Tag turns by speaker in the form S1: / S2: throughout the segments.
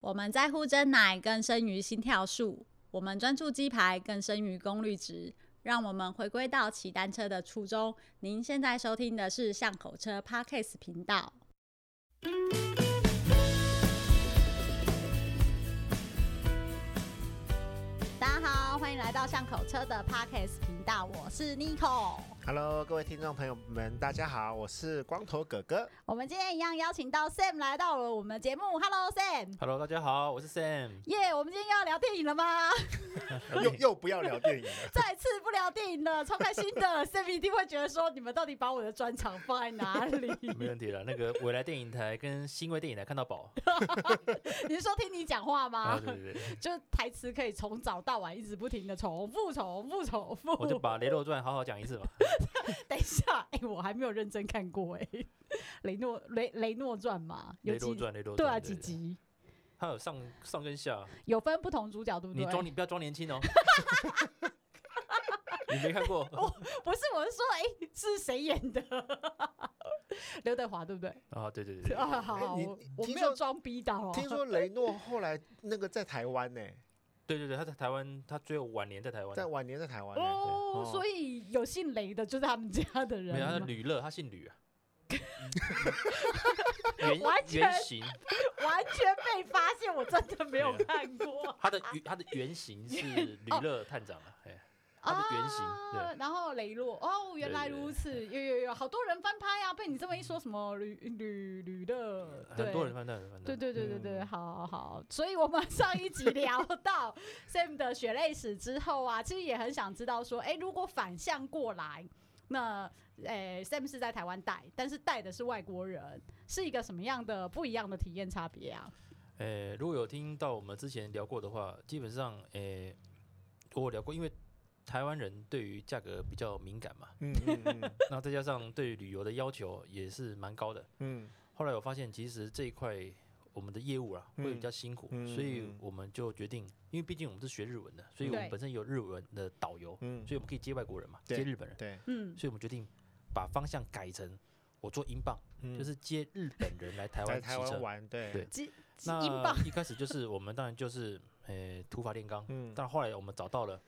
S1: 我们在乎真奶更胜于心跳数，我们专注鸡排更胜于功率值。让我们回归到骑单车的初衷。您现在收听的是巷口车 Podcast 频道。大家好，欢迎来到巷口车的 Podcast 频道，我是 n i c o
S2: Hello，各位听众朋友们，大家好，我是光头哥哥。
S1: 我们今天一样邀请到 Sam 来到了我们节目。Hello Sam，
S3: Hello，大家好，我是 Sam。
S1: 耶我们今天又要聊电影了吗？
S2: 又又不要聊电影 了，
S1: 再次不聊电影了，超开心的。Sam 一定会觉得说，你们到底把我的专场放在哪里？
S3: 没问题了，那个未来电影台跟新卫电影台看到饱
S1: 你是说听你讲话吗？
S3: 啊，对对对，
S1: 就台词可以从早到晚一直不停的重复、重复、重复。
S3: 我就把《雷洛传》好好讲一次吧。
S1: 哦等一下，哎、我还没有认真看过哎、 雷诺雷雷诺传嘛，有
S3: 雷
S1: 几
S3: 洛传，雷洛传，
S1: 对啊几？集，
S3: 它有上上跟下，
S1: 有分不同主角对不
S3: 你
S1: 对？
S3: 装你不要装年轻哦。 你没看过
S1: 不是，我是说，哎、是谁演的？ 刘德华对不对？
S3: 啊？对对对，对
S1: 啊，好，
S2: 你
S1: 我
S2: 你
S1: 我
S2: 听
S1: 没有
S2: 说
S1: 装逼到哦。
S2: 听说雷诺后来那个在台湾 呢、
S3: 对对对，他在台湾，他最后晚年在台湾，
S2: 在晚年在台湾、呢。
S1: 哦
S2: 对，哦
S1: 所以有姓雷的就是他们家的人
S3: 嗯没有他
S1: 吗，
S3: 是吕乐，他姓吕啊。原
S1: 完全
S3: 原型，
S1: 完全被发现，我真的没有看过。
S3: 他的原他的原型 是
S1: 哦
S3: 吕乐探长啊，哎， 他的原型对
S1: 啊，然后雷洛哦，原来如此，有有有，好多人翻拍啊！被你这么一说，什么吕吕吕的，嗯对
S3: 很多人。翻到，很多人翻到
S1: 对对对对对，好好，所以我们上一集聊到 Sam 的血泪史之后啊， 其实也很想知道说，哎，如果反向过来，那诶 Sam 是在台湾带，但是带的是外国人，是一个什么样的不一样的体验差别啊？
S3: 呃，如果有听到我们之前聊过的话，基本上，呃，我有聊过，因为台湾人对于价格比较敏感嘛，
S2: 嗯嗯嗯
S3: 然后再加上对于旅游的要求也是蛮高的。
S2: 嗯，
S3: 后来我发现，其实这一块我们的业务啦
S2: 嗯
S3: 会比较辛苦，
S2: 嗯
S3: 所以
S2: 嗯
S3: 我们就决定，因为毕竟我们是学日文的，所以我们
S1: 对
S3: 本身有日文的导游，
S2: 嗯
S3: 所以我们可以接外国人嘛，
S2: 对
S3: 接日本人，
S2: 对，
S1: 嗯，
S3: 所以我们决定把方向改成我做英镑，
S2: 嗯
S3: 就是接日本人来台
S2: 在
S3: 湾骑
S2: 台
S3: 车
S2: 湾。玩，对
S3: 对
S1: 几几
S3: 那
S1: 英镑，
S3: 一开始就是我们当然就是呃土法炼钢，
S2: 嗯
S3: 但后来我们找到了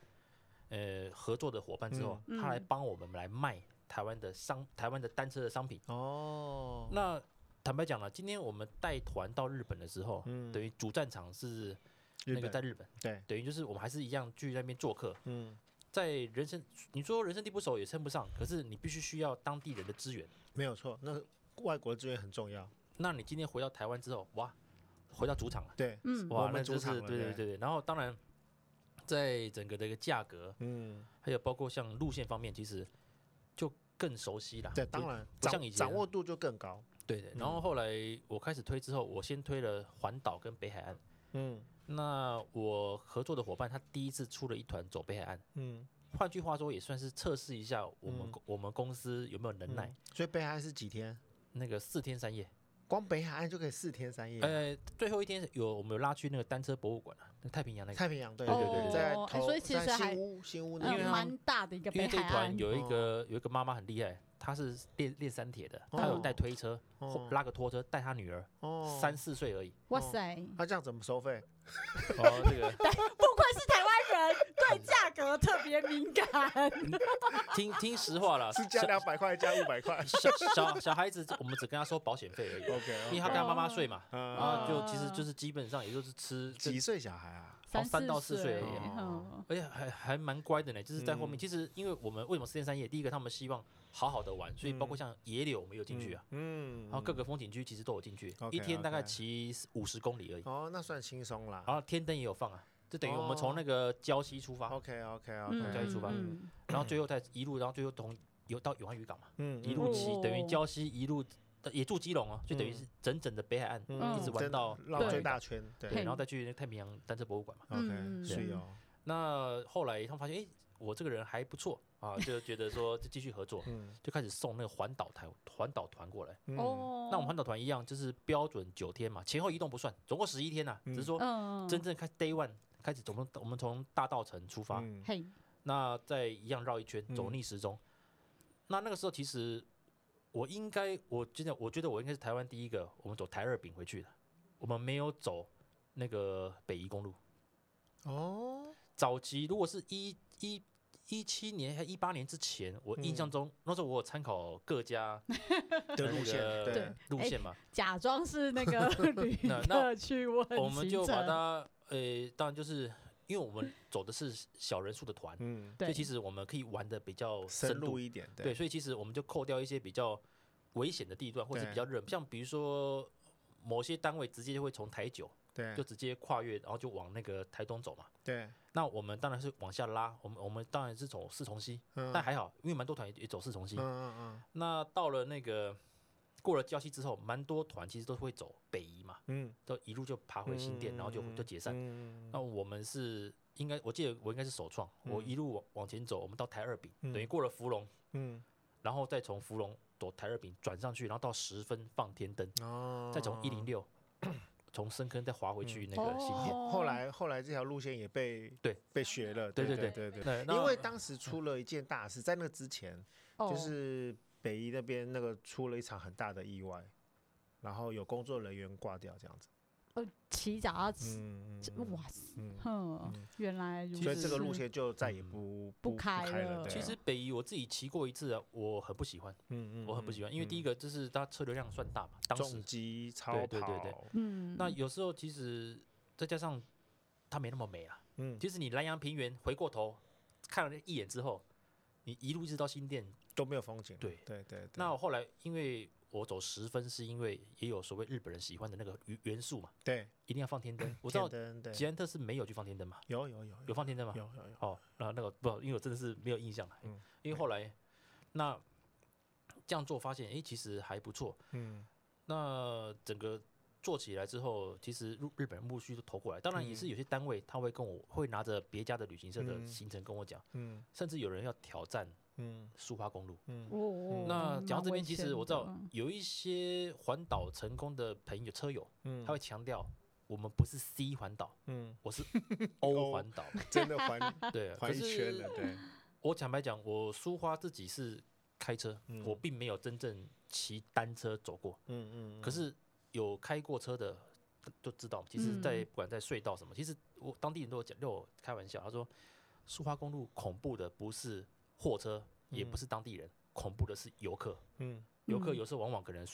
S3: 呃合作的伙伴之后，
S1: 嗯
S3: 他来帮我们来卖台湾的商台湾的单车的商品。
S2: 哦，
S3: 那坦白讲了，今天我们带团到日本的时候，
S2: 嗯
S3: 等于主战场是
S2: 日
S3: 那
S2: 本
S3: 个在日本，
S2: 对，
S3: 等于就是我们还是一样去那边做客，
S2: 嗯，
S3: 在人生你说人生地不熟也称不上，可是你必须需要当地人的资源。
S2: 没有错，那外国资源很重要，
S3: 那你今天回到台湾之后，哇，回到主场了。
S2: 对，
S1: 嗯，
S2: 我
S3: 哇，
S2: 们
S3: 那
S2: 主
S3: 就是
S2: 场了
S3: 对
S2: 对
S3: 对对。然后当然，在整个的一个价格，
S2: 嗯，
S3: 还有包括像路线方面，其实就更熟悉了。
S2: 对，
S3: 不
S2: 当然
S3: 不像以
S2: 掌
S3: 前
S2: 掌握度就更高，
S3: 对对。
S2: 嗯
S3: 然后后来我开始推之后，我先推了环岛跟北海岸。
S2: 嗯
S3: 那我合作的伙伴他第一次出了一团走北海岸，
S2: 嗯，
S3: 换句话说也算是测试一下我们、
S2: 嗯
S3: 我们公司有没有能耐。
S2: 嗯所以北海岸是几天？
S3: 那个四天三夜，
S2: 光北海岸就可以四天三夜，
S3: 呃，最后一天有我们有拉去那个单车博物馆啊，那太平洋那个。
S2: 太平洋，对
S3: 对
S2: 对
S3: 对
S2: 对，
S3: 对
S2: 在
S1: 哦哎
S2: 头
S1: 所以其
S2: 在
S1: 实还
S2: 新屋新屋那
S1: 嗯，
S3: 因为
S2: 边
S3: 他们
S1: 蛮大的一个
S3: 因为
S1: 北
S3: 这
S1: 海
S3: 一团
S1: 岸，
S3: 有一个有一个妈妈很厉害，她是练练三铁的，她有带推车，
S2: 哦
S3: 拉个拖车带她女儿，
S2: 哦，
S3: 三四岁而已。
S1: 哇塞，
S2: 那这样怎么收 费？
S3: 哦，这个
S1: 不愧是台湾人， 对价格特别敏感。
S3: 听听实话啦，
S2: 是加
S3: 小
S2: 两百块，加五百 块
S3: 小小小孩子，我们只跟他收保险费而已，
S2: ？OK，
S3: 因为他跟他妈妈睡嘛，
S2: 嗯
S3: 然后就其实就是基本上也就是吃跟
S2: 几岁小孩啊？
S3: 哦三到四岁
S1: 而
S3: 而
S1: 已
S3: 已。
S1: 嗯
S3: 而且还还蛮乖的呢，就是在后面。其实，因为我们为什么四天三夜？第一个，他们希望好好的玩，所以包括像野柳，我们有进去啊，
S2: 嗯，
S3: 然后各个风景区其实都有进去，
S2: OK，
S3: 一天大概
S2: OK
S3: 骑五十公里而已。
S2: 哦，那算轻松啦。
S3: 然后天灯也有放啊，就等于我
S2: 哦
S3: 们从那个礁溪出
S1: 哦
S3: 发，
S2: OK OK
S3: 再一
S2: OK，
S3: 出发
S1: 嗯
S3: 然后最后再一路，然后最后从游到永安渔港嘛，
S2: 嗯
S3: 一路骑
S1: 哦
S3: 等于礁溪一路呃也住基隆哦，就等于
S2: 嗯
S3: 是整整的北海岸，
S1: 嗯
S3: 一直玩到
S2: 绕最大圈，对
S3: 对，然后再去那个太平洋单车博物馆嘛。
S1: 嗯
S2: ，OK，是哦有，
S3: 那后来他们发现，哎，我这个人还不错啊，就觉得说就继续合作，
S2: 嗯
S3: 就开始送那个环岛团环岛团过来。
S2: 嗯
S1: 哦，
S3: 那我们环岛团一样，就是标准九天嘛，前后移动不算，总共十一天呐，只是说
S1: 嗯
S3: 真正开 day one 开始，我们我们从大道城出发，
S2: 嗯
S1: 嘿
S3: 那再一样绕一圈走
S2: 嗯
S3: 逆时钟。那那个时候其实我应该，我真的我觉得我应该是台湾第一个，我们走台二饼回去的。我们没有走那个北宜公路。
S2: 哦，
S3: 早期如果是一一一七年还一八年之前，我印象中、那时候我有参考各家
S2: 的路线
S3: 那个
S2: 对，
S3: 路线嘛，
S1: 假装是那个旅
S3: 那
S1: 客去问
S3: 我们
S1: 哎行
S3: 就把
S1: 者
S3: 它呃，当然就是因为我们走的是小人数的团，
S2: 嗯，
S3: 所
S1: 对，
S3: 以其实我们可以玩的比较
S2: 深
S3: 深入
S2: 入一点，
S3: 对，，所以其实我们就扣掉一些比较危险的地段，或者
S2: 对
S3: 比较热门，像比如说某些单位直接就会从台九
S2: 对，
S3: 就直接跨越，然后就往那个台东走嘛。
S2: 对，
S3: 那我们当然是往下拉，我们我们当然是走四重溪，
S2: 嗯，
S3: 但还好，因为蛮多团也也走四重溪。
S2: 嗯嗯嗯
S3: 那到了那个过了礁溪之后，蛮多团其实都会走北移嘛，
S2: 嗯，
S3: 都一路就爬回新店，然后就就解散。哦
S2: 嗯
S3: 那我们是应该，我记得我应该是首创，我
S2: 嗯
S3: 一路往往前走，我们到台二丙，
S2: 嗯
S3: 等于过了芙蓉，
S2: 嗯，
S3: 然后再从芙蓉走台二丙转上去，然后到十分放天灯，
S2: 哦，
S3: 再从一零六从深坑再滑回
S2: 嗯
S3: 去那个新店。
S1: 哦
S2: 后来后来这条路线也被
S3: 对
S2: 被学了，
S3: 对
S2: 对
S3: 对
S2: 对对，
S3: 对，那
S2: 因为当时出了一件大事，在那之前就
S1: 哦
S2: 是北一那边那个出了一场很大的意外，然后有工作人员挂掉这样子，
S1: 哦骑脚踏车，
S2: 嗯
S1: 这
S2: 嗯
S1: 哇塞，
S2: 嗯，
S1: 哼
S2: 嗯，
S1: 原来如此。
S2: 所以这个路线就再也
S3: 嗯
S2: 不
S1: 不
S2: 不
S1: 开了
S2: 了，对啊
S3: 其实，北移我自己骑过一次啊，我很不喜欢，
S2: 嗯嗯，
S3: 我很不喜欢，因为第一
S2: 个
S3: 个就是它车流量算大嘛，当时
S2: 重机超
S3: 对对对对
S2: 跑，
S1: 嗯，
S3: 那有时候其实再加上它没那么美啊，
S2: 嗯，
S3: 其实你南阳平原回过头看了一眼之后，你一路一直到新店。
S2: 都没有风景，
S3: 对
S2: 对对，对
S3: 那我后来因为我走十分，是因为也有所谓日本人喜欢的那个元元素嘛，
S2: 对，
S3: 一定要放天灯。我知
S2: 天
S3: 道
S2: 灯对，
S3: 捷安特是没有去放天灯嘛，
S2: 有有有
S3: 有放天灯吗？
S2: 有有有，
S3: 哦，那那个不，好，因为我真的是没有印象了。
S2: 嗯
S3: 因为后来那这样做发现，诶，其实还不错。
S2: 嗯
S3: 那整个做起来之后，其实日日本人陆续都投过来，当然也是有些单位他会跟我会拿着别家的旅行社的
S2: 嗯
S3: 行程跟我讲，
S2: 嗯
S3: 甚至有人要挑战
S2: 嗯
S3: 苏花公路。
S2: 嗯
S1: 哦哦
S3: 那讲到这边，其实我知道
S1: 蛮危险的
S3: 有一些环岛成功的朋友车友，
S2: 嗯，
S3: 他会强调我们不是 C 环岛，
S2: 嗯，
S3: 我是
S2: O
S3: O 环岛。
S2: 真的 环
S3: 对，可
S2: 环一圈
S3: 是
S2: 了，对，
S3: 我坦白讲，我苏花自己是开车，
S2: 嗯
S3: 我并没有真正骑单车走过。
S2: 嗯嗯，
S3: 可是有开过车的都知道，其实在
S1: 嗯
S3: 不管在隧道什么，其实我当地人都有讲，都有开玩笑，他说苏花公路恐怖的不是货车，也
S2: 嗯
S3: 不是当地人，恐怖的是游客。
S2: 嗯，
S3: 游客
S1: 嗯
S3: 有时候往往可能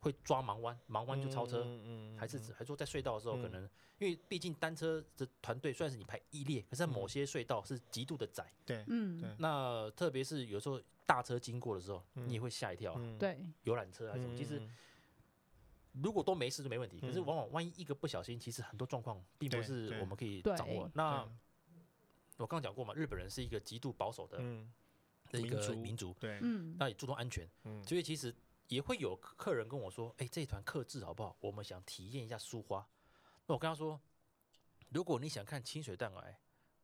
S3: 会抓盲弯，盲弯就超车，
S2: 嗯
S3: 还是
S2: 嗯
S3: 还说在隧道的时候可
S2: 嗯
S3: 能，因为毕竟单车的团队虽然是你排一列，可是在某
S2: 嗯
S3: 些隧道是极度的窄，
S2: 对，
S1: 嗯
S2: 对，
S3: 那特别是有时候大车经过的时候，你也会吓一跳啊，
S2: 嗯，
S1: 对，
S3: 游览车还啊是什么，
S2: 嗯
S3: 其实
S2: 嗯
S3: 如果都没事就没问题，可是
S2: 嗯
S3: 往往万一一个不小心，其实很多状况并不
S2: 对
S3: 是
S2: 对
S3: 我们可以掌握
S1: 对。
S3: 那我刚刚讲过嘛，日本人是一个极度保守的
S2: 嗯，
S3: 的一
S2: 民
S3: 个
S2: 族
S3: 民族，
S2: 对，
S1: 嗯，
S3: 那也注重安全，
S2: 嗯
S3: 所以其实也会有客客人跟我说：“哎、这一团克制好不好？我们想体验一下苏花。”那我跟他说：“如果你想看清水断崖，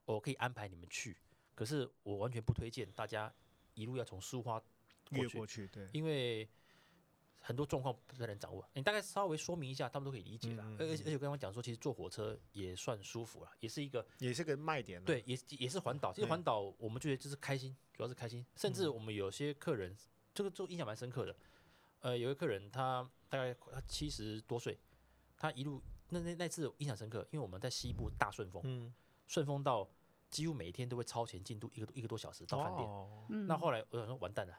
S3: 我可以安排你们去，可是我完全不推荐大家一路要从苏花过
S2: 越
S3: 去，
S2: 过去，对，
S3: 因为很多状况不太能掌握。你大概稍微说明一下，他们都可以理解啦。
S2: 嗯嗯
S3: 而而且
S2: 嗯
S3: 而且我刚刚讲说，其实坐火车也算舒服了，也是一个
S2: 也是个卖点，
S3: 对，，也也是环岛。其实
S2: 对
S3: 环岛我们觉得就是开心，主要是开心。
S2: 嗯
S3: 甚至我们有些客人，这个就印象蛮深刻的。呃，有一个客人他大概七十多岁，他一路那那那次印象深刻，因为我们在西部大顺风，
S2: 嗯，
S3: 顺风到几乎每天都会超前进度一个多一个多小时到饭店。
S2: 店，
S1: 嗯
S3: 那后来我想说完蛋了，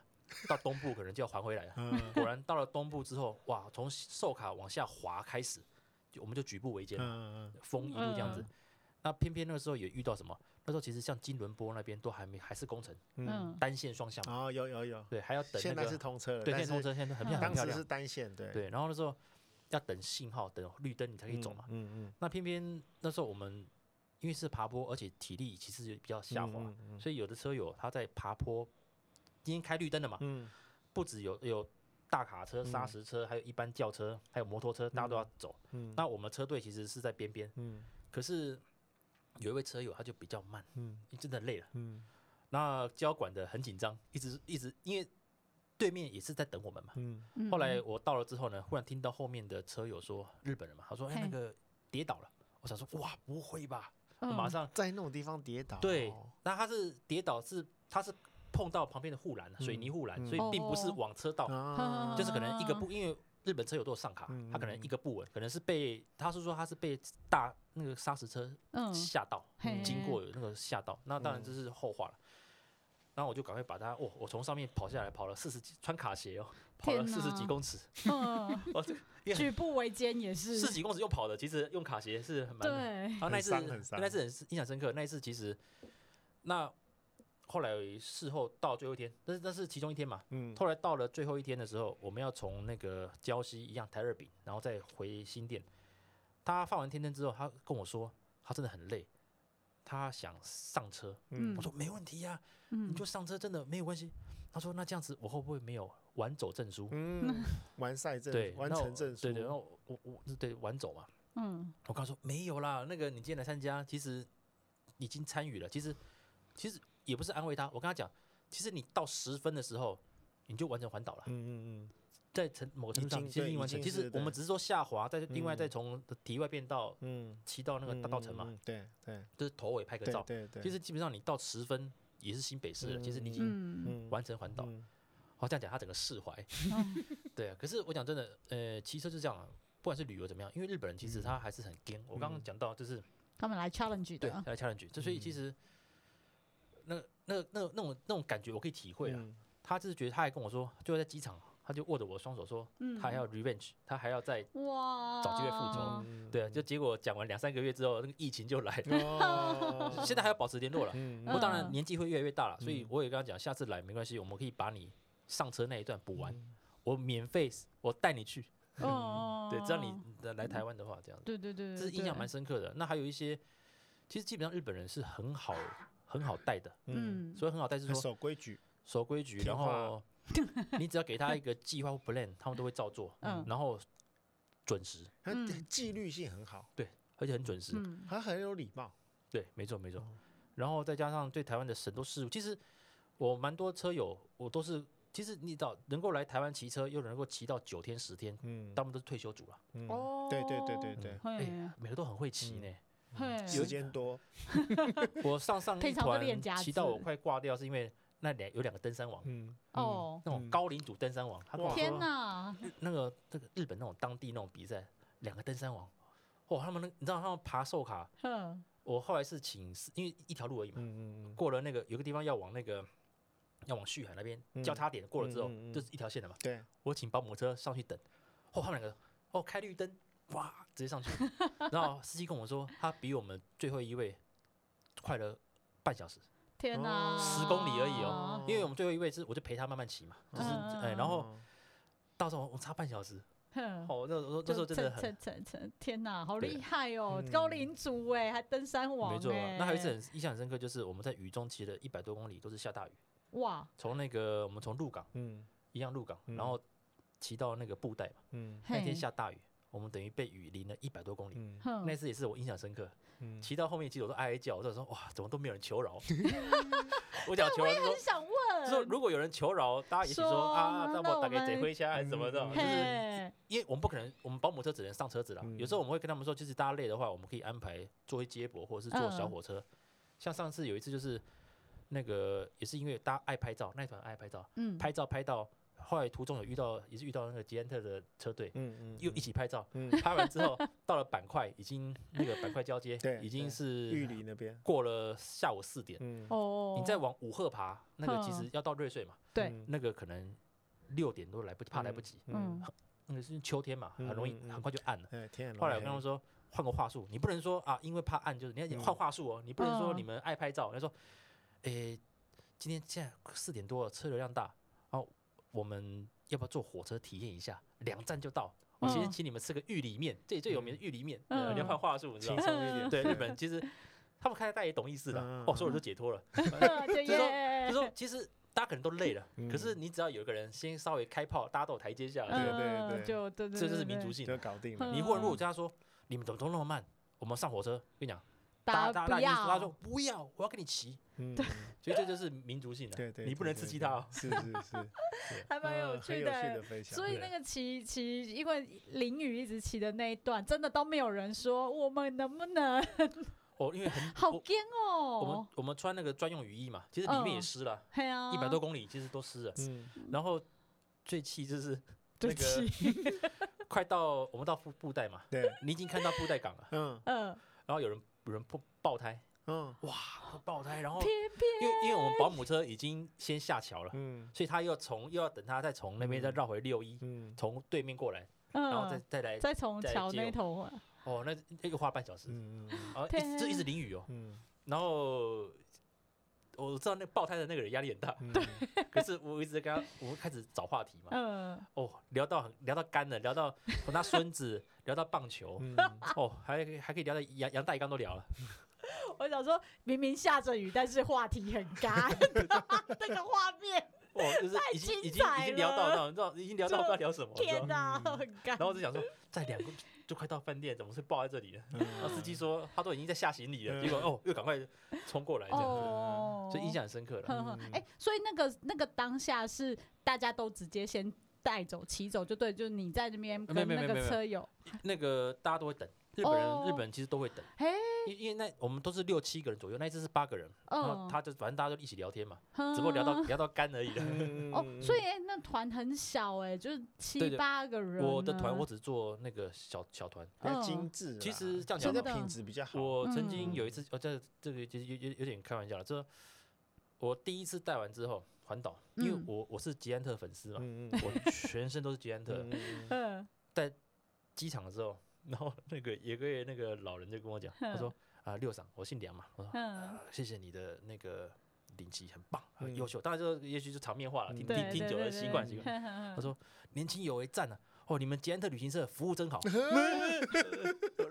S3: 到东部可能就要还回来了。
S2: 嗯
S3: 果然到了东部之后，哇，从寿卡往下滑开始，就我们就举步维艰了。
S2: 嗯
S3: 风一路这样子。
S1: 嗯
S3: 那偏偏那个时候也遇到什么？那时候其实像金轮坡那边都还没还是工程
S2: 嗯，
S1: 嗯
S3: 单线双向嘛，
S2: 哦，有有有，
S3: 对，还要等那
S2: 现在
S3: 个
S2: 是通车了，
S3: 对，
S2: 但
S3: 现在通
S2: 是
S3: 车现在很
S1: 嗯
S3: 漂亮，很
S2: 当
S3: 漂
S2: 时是
S3: 亮。
S2: 单线，对，
S3: 对，然后那时候要等信号，等绿灯你才可以走嘛。
S2: 嗯嗯，
S3: 那偏偏那时候我们因为是爬坡，而且体力其实也比较下滑，
S2: 嗯
S3: 所以有的车友他在爬坡，今天开绿灯了嘛，
S2: 嗯
S3: 不止有有大卡车、砂
S2: 嗯
S3: 石车，还有一般轿车，还有摩托车，大家都要走。
S2: 嗯，
S3: 那我们车队其实是在边边，
S2: 嗯
S3: 可是有一位车友他就比较慢，
S2: 嗯
S3: 因为真的累了。
S2: 嗯
S3: 那交管的很紧张，一直一直，因为对面也是在等我们嘛。
S2: 嗯
S1: 嗯
S3: 后来我到了之后呢，忽然听到后面的车友说日本人嘛，他说：“哎、
S1: 嘿
S3: 那个跌倒了。”我想说：“哇，不会吧？”
S1: 嗯
S3: 马上
S2: 在那种地方跌倒，
S3: 对，那他是跌倒是他是碰到旁边的护栏，水泥护栏，
S2: 嗯
S3: 所以并不是往车道，
S2: 啊，
S1: 哦
S3: 就是可能一个不，因为日本车友都有上卡
S2: 嗯，
S3: 他可能
S2: 嗯
S3: 一个不稳，可能是被他是说他是被大那个砂石车
S1: 嗯，
S3: 吓到，
S1: 嘿
S3: 经过有那个吓到，那
S2: 嗯
S3: 当然这是后话了。然后我就赶快把它，哦，我从上面跑下来，跑了四十几，穿卡鞋哦，跑了
S1: 天哪
S3: 四十几公尺，
S1: 嗯，
S3: 哦，这个也很
S1: 举步维艰也
S3: 四十
S1: 是，
S3: 几公尺用跑的，其实用卡鞋是很蛮。
S1: 对，
S3: 然后那一次
S2: 很伤很伤
S3: 那一次很印象深刻，那一次其实那后来事后到最后一天，但是但是其中一天嘛，
S2: 嗯，
S3: 后来到了最后一天的时候，我们要从那个礁溪一样台二饼，然后再回新店。他放完天灯之后，他跟我说他真的很累，他想上车。
S1: 嗯
S3: 我说没问题呀、
S1: 嗯
S3: 你就上车，真的没有关系。他说那这样子我会不会没有完走证书？
S2: 嗯，完赛证
S3: 对，，
S2: 完
S3: 那我
S2: 成证书，
S3: 对对，然后我我我对完走嘛，
S1: 嗯，
S3: 我刚说没有啦，那个你今天来参加，其实已经参与了。其实其实也不是安慰他，我跟他讲，其实你到十分的时候，你就完成环岛了。
S2: 嗯嗯
S3: 在程某程度上
S2: 已经
S3: 你接
S2: 对
S3: 近完
S2: 已
S3: 成。
S2: 经
S3: 其
S2: 是
S3: 实我
S2: 对
S3: 们只是说下滑，再另外
S2: 嗯
S3: 再从体外变到
S2: 嗯嗯，
S3: 骑到那个大道城嘛，
S2: 嗯，对对
S3: 就是头尾拍个
S2: 对
S3: 照。
S2: 对对，
S3: 其实基本上你到十分也是新北市了，其实你已经
S1: 嗯，
S2: 嗯
S3: 完成环岛。
S2: 嗯
S3: 好，这样讲他整个释怀。 对啊，可是我讲真的，呃，骑车就这样啊，不管是旅游怎么样，因为日本人其实他还是很坚。我刚刚
S2: 嗯
S3: 讲到就是
S1: 他们来 challenge
S3: 对
S1: 的，
S3: 来 challenge，这所以其实那那那那种那种感觉我可以体会啊。
S2: 嗯
S3: 他就是觉得他还跟我说，就在机场，他就握着我的双手说，
S1: 嗯，
S3: 他还要 revenge，他还要再
S1: 哇，
S3: 找机会复仇
S2: 嗯
S3: 对啊，就结果讲完两三个月之后，那个疫情就来了，
S2: 哦
S3: 现在还要保持联络了。
S2: 嗯
S3: 我当然
S1: 嗯
S3: 年纪会越来越大了，所以
S2: 嗯
S3: 我也跟他讲，下次来没关系，我们可以把你上车那一段补完，
S2: 嗯
S3: 我免费我带你去。
S1: 哦，
S3: 嗯对，只要你来台湾的话，这样子，
S1: 对，对对对，
S3: 这是印象蛮深刻的。那还有一些，其实基本上日本人是很好很好带的，
S1: 对，嗯，
S3: 所以很好带是
S2: 很
S3: 说
S2: 守规矩，
S3: 守规矩，
S2: 听
S3: 然
S2: 话
S3: 后你只要给他一个计划或 plan，他们都会照做，
S1: 嗯
S3: 然后准时，
S2: 他
S1: 嗯
S2: 纪律性很好，
S3: 而且很准时。
S1: 嗯
S2: 他很有礼貌，
S3: 对，没错没错
S2: 嗯。
S3: 然后再加上对台湾的很多事物，其实我蛮多车友，我都是其实你找能够来台湾骑车，又能够骑到九天十天，
S2: 嗯
S3: 他们都是退休族了，
S2: 嗯
S1: 哦
S2: 对对对对对，
S1: 嘿，
S3: 每个都很会骑呢。
S1: 嘿，
S2: 时间多，嗯
S3: 我上上
S1: 平
S3: 一
S1: 常都练
S3: 团
S1: 家
S3: 骑到我
S1: 子
S3: 快挂掉，是因为那两有两个登山王。
S2: 嗯，
S1: 哦，
S3: 那种
S2: 嗯
S3: 高龄组登山王，他跟我
S2: 哇
S1: 天
S3: 说，
S1: 哪，
S3: 那个那个日本那种当地那种比赛，两个登山王，哇，他们那你知道他们爬寿卡，
S1: 哼，
S3: 我后来是请，因为一条路而已嘛，
S2: 嗯嗯嗯
S3: 过了那个有个地方要往那个要往旭海那边
S2: 嗯
S3: 交叉点过了之后，
S2: 嗯嗯嗯
S3: 就是一条线了嘛。
S2: 对，
S3: 我请保姆车上去等，哦，他们两个哦开绿灯，哇，直接上 去。然后司机跟我说，他比我们最后一位快了半小时，
S1: 天哪，
S3: 10公里而已
S2: 哦
S3: 因为我们最后一位是我就陪他慢慢骑嘛，就是
S1: 嗯
S3: 哎、然后
S2: 哦
S3: 到时候我差半小时，
S1: 哼。
S3: 哦，那时候那时候真的很。
S1: 成成天哪，好厉
S3: 对
S1: 害哦！
S2: 嗯
S1: 高龄族哎，还登山王
S3: 没错啊
S1: 哎，，
S3: 那还有一次很印象很深刻，就是我们在雨中骑了一百多公里，都是下大雨。
S1: 哇，
S3: 从那个我们从鹿港
S2: 嗯
S3: 一样鹿港，
S2: 嗯
S3: 然后骑到那个布袋嘛，
S2: 嗯
S1: 嘿
S3: 那天下大雨，我们等于被雨淋了一百多公里。
S2: 嗯
S1: 哼
S3: 那次也是我印象深刻，
S2: 嗯，
S3: 骑到后面其实我都哀哀叫，我就想说哇，怎么都没有人 求饶。我讲求饶是说
S1: 很，想
S3: 是说
S1: 问，
S3: 如果有人求饶，大家也许
S1: 说
S3: 说啊，那
S1: 那
S3: 我打
S1: 我
S3: 给
S1: 们
S3: 谁回家还是怎么的，
S2: 嗯
S3: 就是
S1: 嘿，
S3: 因为我们不可能，我们保姆车只能上车子了。
S2: 嗯
S3: 有时候我们会跟他们说，就是大家累的话，我们可以安排坐一接驳或者是坐小
S1: 嗯
S3: 火车。像上次有一次就是那个也是因为大家爱拍照，那一团爱拍照，
S1: 嗯，
S3: 拍照拍到后来途中有遇到也是遇到那个捷安特的车队，
S2: 嗯嗯
S3: 又一起拍照，
S2: 嗯
S3: 拍完之后到了板块，已经那个板块交接
S2: 对，
S3: 已经
S2: 对玉
S3: 是
S2: 里那边，
S3: 过了下午四点。
S2: 嗯，
S1: 哦，
S3: 你再往五鹤爬，那个其
S1: 嗯
S3: 实要到瑞穗嘛，
S1: 对
S2: 嗯
S3: 那个可能六点都来不怕来不及，
S1: 嗯，
S3: 那个是秋天嘛，很容易
S2: 嗯嗯嗯
S3: 很快就暗了。
S2: 哎，天啊，
S3: 后来我跟他们说换个话术，你不能说啊，因为怕暗就是你要
S2: 嗯
S3: 换话术哦，你不能说
S1: 嗯
S3: 你们爱拍照，他说，诶、今天现在四点多了，车流量大，然后我们要不要坐火车体验一下？两站就到。我今天
S1: 嗯
S3: 请你们吃个玉里面，这里最有名的玉里面，呃，
S1: 嗯
S3: 你要换话术，你知道
S2: 轻
S3: 吗？
S2: 松一点，
S3: 对，日本人其实他们看待也懂意思的，
S2: 嗯
S3: 哦，所以我就解脱了。
S1: 对
S3: 就说
S1: 耶，
S3: 就说其实大家可能都累了，
S2: 嗯
S3: 可是你只要有一个人先稍微开炮，大家都有台阶下来，
S2: 对对
S1: 嗯
S2: 对
S1: 就对对，
S3: 这就
S1: 对
S3: 是民
S1: 对
S3: 族性。
S2: 就搞定了，
S3: 你或者如果跟他说你们怎么都那么慢，我们上火车，跟你讲，
S1: 打
S3: 大
S1: 不
S3: 大
S1: 要，
S3: 他说不要，我要跟你骑，
S2: 嗯，
S3: 所以这就是民族性 的，
S2: 对对，
S3: 你不能刺激他哦。
S2: 对，对对是是是，
S1: 还蛮有
S2: 嗯很
S1: 趣
S2: 有
S1: 的
S2: 趣
S1: 欸
S2: 的。分享，
S1: 所以
S3: 对
S1: 那个骑骑，因为淋雨一直骑的那一段，真的都没有人说我们能不能，
S3: 哦，因为很
S1: 好
S3: 我
S1: 干
S3: 我们
S1: 哦。
S3: 我们穿那个专用雨衣嘛，其实里面也
S1: 嗯
S3: 湿了，
S1: 嘿啊，
S3: 一百多公里其实都湿了。
S2: 嗯
S3: 然后最气就是
S1: 对不
S3: 那个
S1: 起，
S3: 快到我们到布布袋嘛，
S2: 对，
S3: 你已经看到布袋港了，
S2: 嗯
S1: 嗯，
S3: 然后有人有人爆爆胎，
S2: 嗯
S3: 哇，爆胎，然后
S1: 偏
S3: 因
S1: 偏
S3: 为因为我们保姆车已经先下桥了，
S2: 嗯
S3: 所以他又从又要等他再从那边再绕回六一，
S2: 嗯，
S3: 从对面过来，
S1: 嗯，
S3: 然后再再来，
S1: 再从
S3: 再
S1: 桥
S3: 接
S1: 那
S3: 我
S1: 头啊，
S3: 哦，那那个花半小时，
S2: 嗯嗯
S3: 啊，一直就一直淋雨哦，
S2: 嗯
S3: 然后。我知道那爆胎的那个人压力很大，
S2: 嗯，
S3: 可是我一直跟他，我们开始找话题嘛，
S1: 嗯，
S3: 哦，聊到很聊到干了，聊到从他孙子，聊到棒球，
S2: 嗯
S3: 哦，还可以还可以聊到杨杨大一刚都聊了，
S1: 我想说明明下着雨，但是话题很干， 那个画面，
S3: 哦，就是
S1: 太
S3: 已经已
S1: 精
S3: 经
S1: 彩
S3: 已经聊到
S1: 了
S3: 那种，你知道已经聊到不知道聊什么，你知道
S1: 天哪，
S2: 嗯
S1: 很干
S3: 然。后我就想说，再两个就快到饭店，怎么是抱在这里了？然后司机说他都已经在下行李
S2: 嗯
S3: 了，结果哦又赶快冲过来这样子，
S1: 哦，
S3: 所以印象很深刻了。
S1: 呵呵，
S2: 嗯
S1: 哎、所以那个那个当下是大家都直接先带走、骑走就对，就是你在那边
S3: 呃没
S1: 跟
S3: 有没有
S1: 那
S3: 没有没
S1: 个
S3: 有
S1: 车友，
S3: 那个大家都会等，日本人
S1: 哦
S3: 日本人其实都会等，
S1: 嘿，
S3: 因因为那我们都是六七个人左右，那一次是八个人，然后
S1: 嗯，
S3: 他就反正大家就一起聊天嘛，
S1: 他
S3: 只不过聊到聊到干而已 了。
S2: 嗯
S1: 啊哦，所以、哎那团很小哎、就是
S3: 对
S1: 七
S3: 对
S1: 八个人呢。啊
S3: 我的团我只做那个小小团，
S2: 比较
S1: 嗯
S2: 精致啦，
S3: 其实这样
S1: 真
S2: 现在
S1: 的
S2: 品质比较好。
S3: 我曾经
S1: 嗯
S3: 有一次，哦，这这个就是有有有点开玩笑了，这我第一次带完之后环岛，因为
S1: 嗯
S3: 我我是捷安特粉丝嘛，
S2: 嗯嗯
S3: 我全身都是捷安特的。
S2: 嗯嗯嗯
S1: 嗯，
S3: 机场的时候，然后那个有个那个老人就跟我讲，他说啊六嫂，我姓梁嘛，我说、
S1: 嗯
S3: 啊谢谢你的那个领级很棒，很
S2: 嗯
S3: 优秀，当然就也许就场面话了，听
S2: 嗯
S3: 听
S1: 对
S3: 听久了习惯习惯。
S1: 惯
S3: 他说年轻有为赞啊，哦你们捷安特旅行社服务 真好。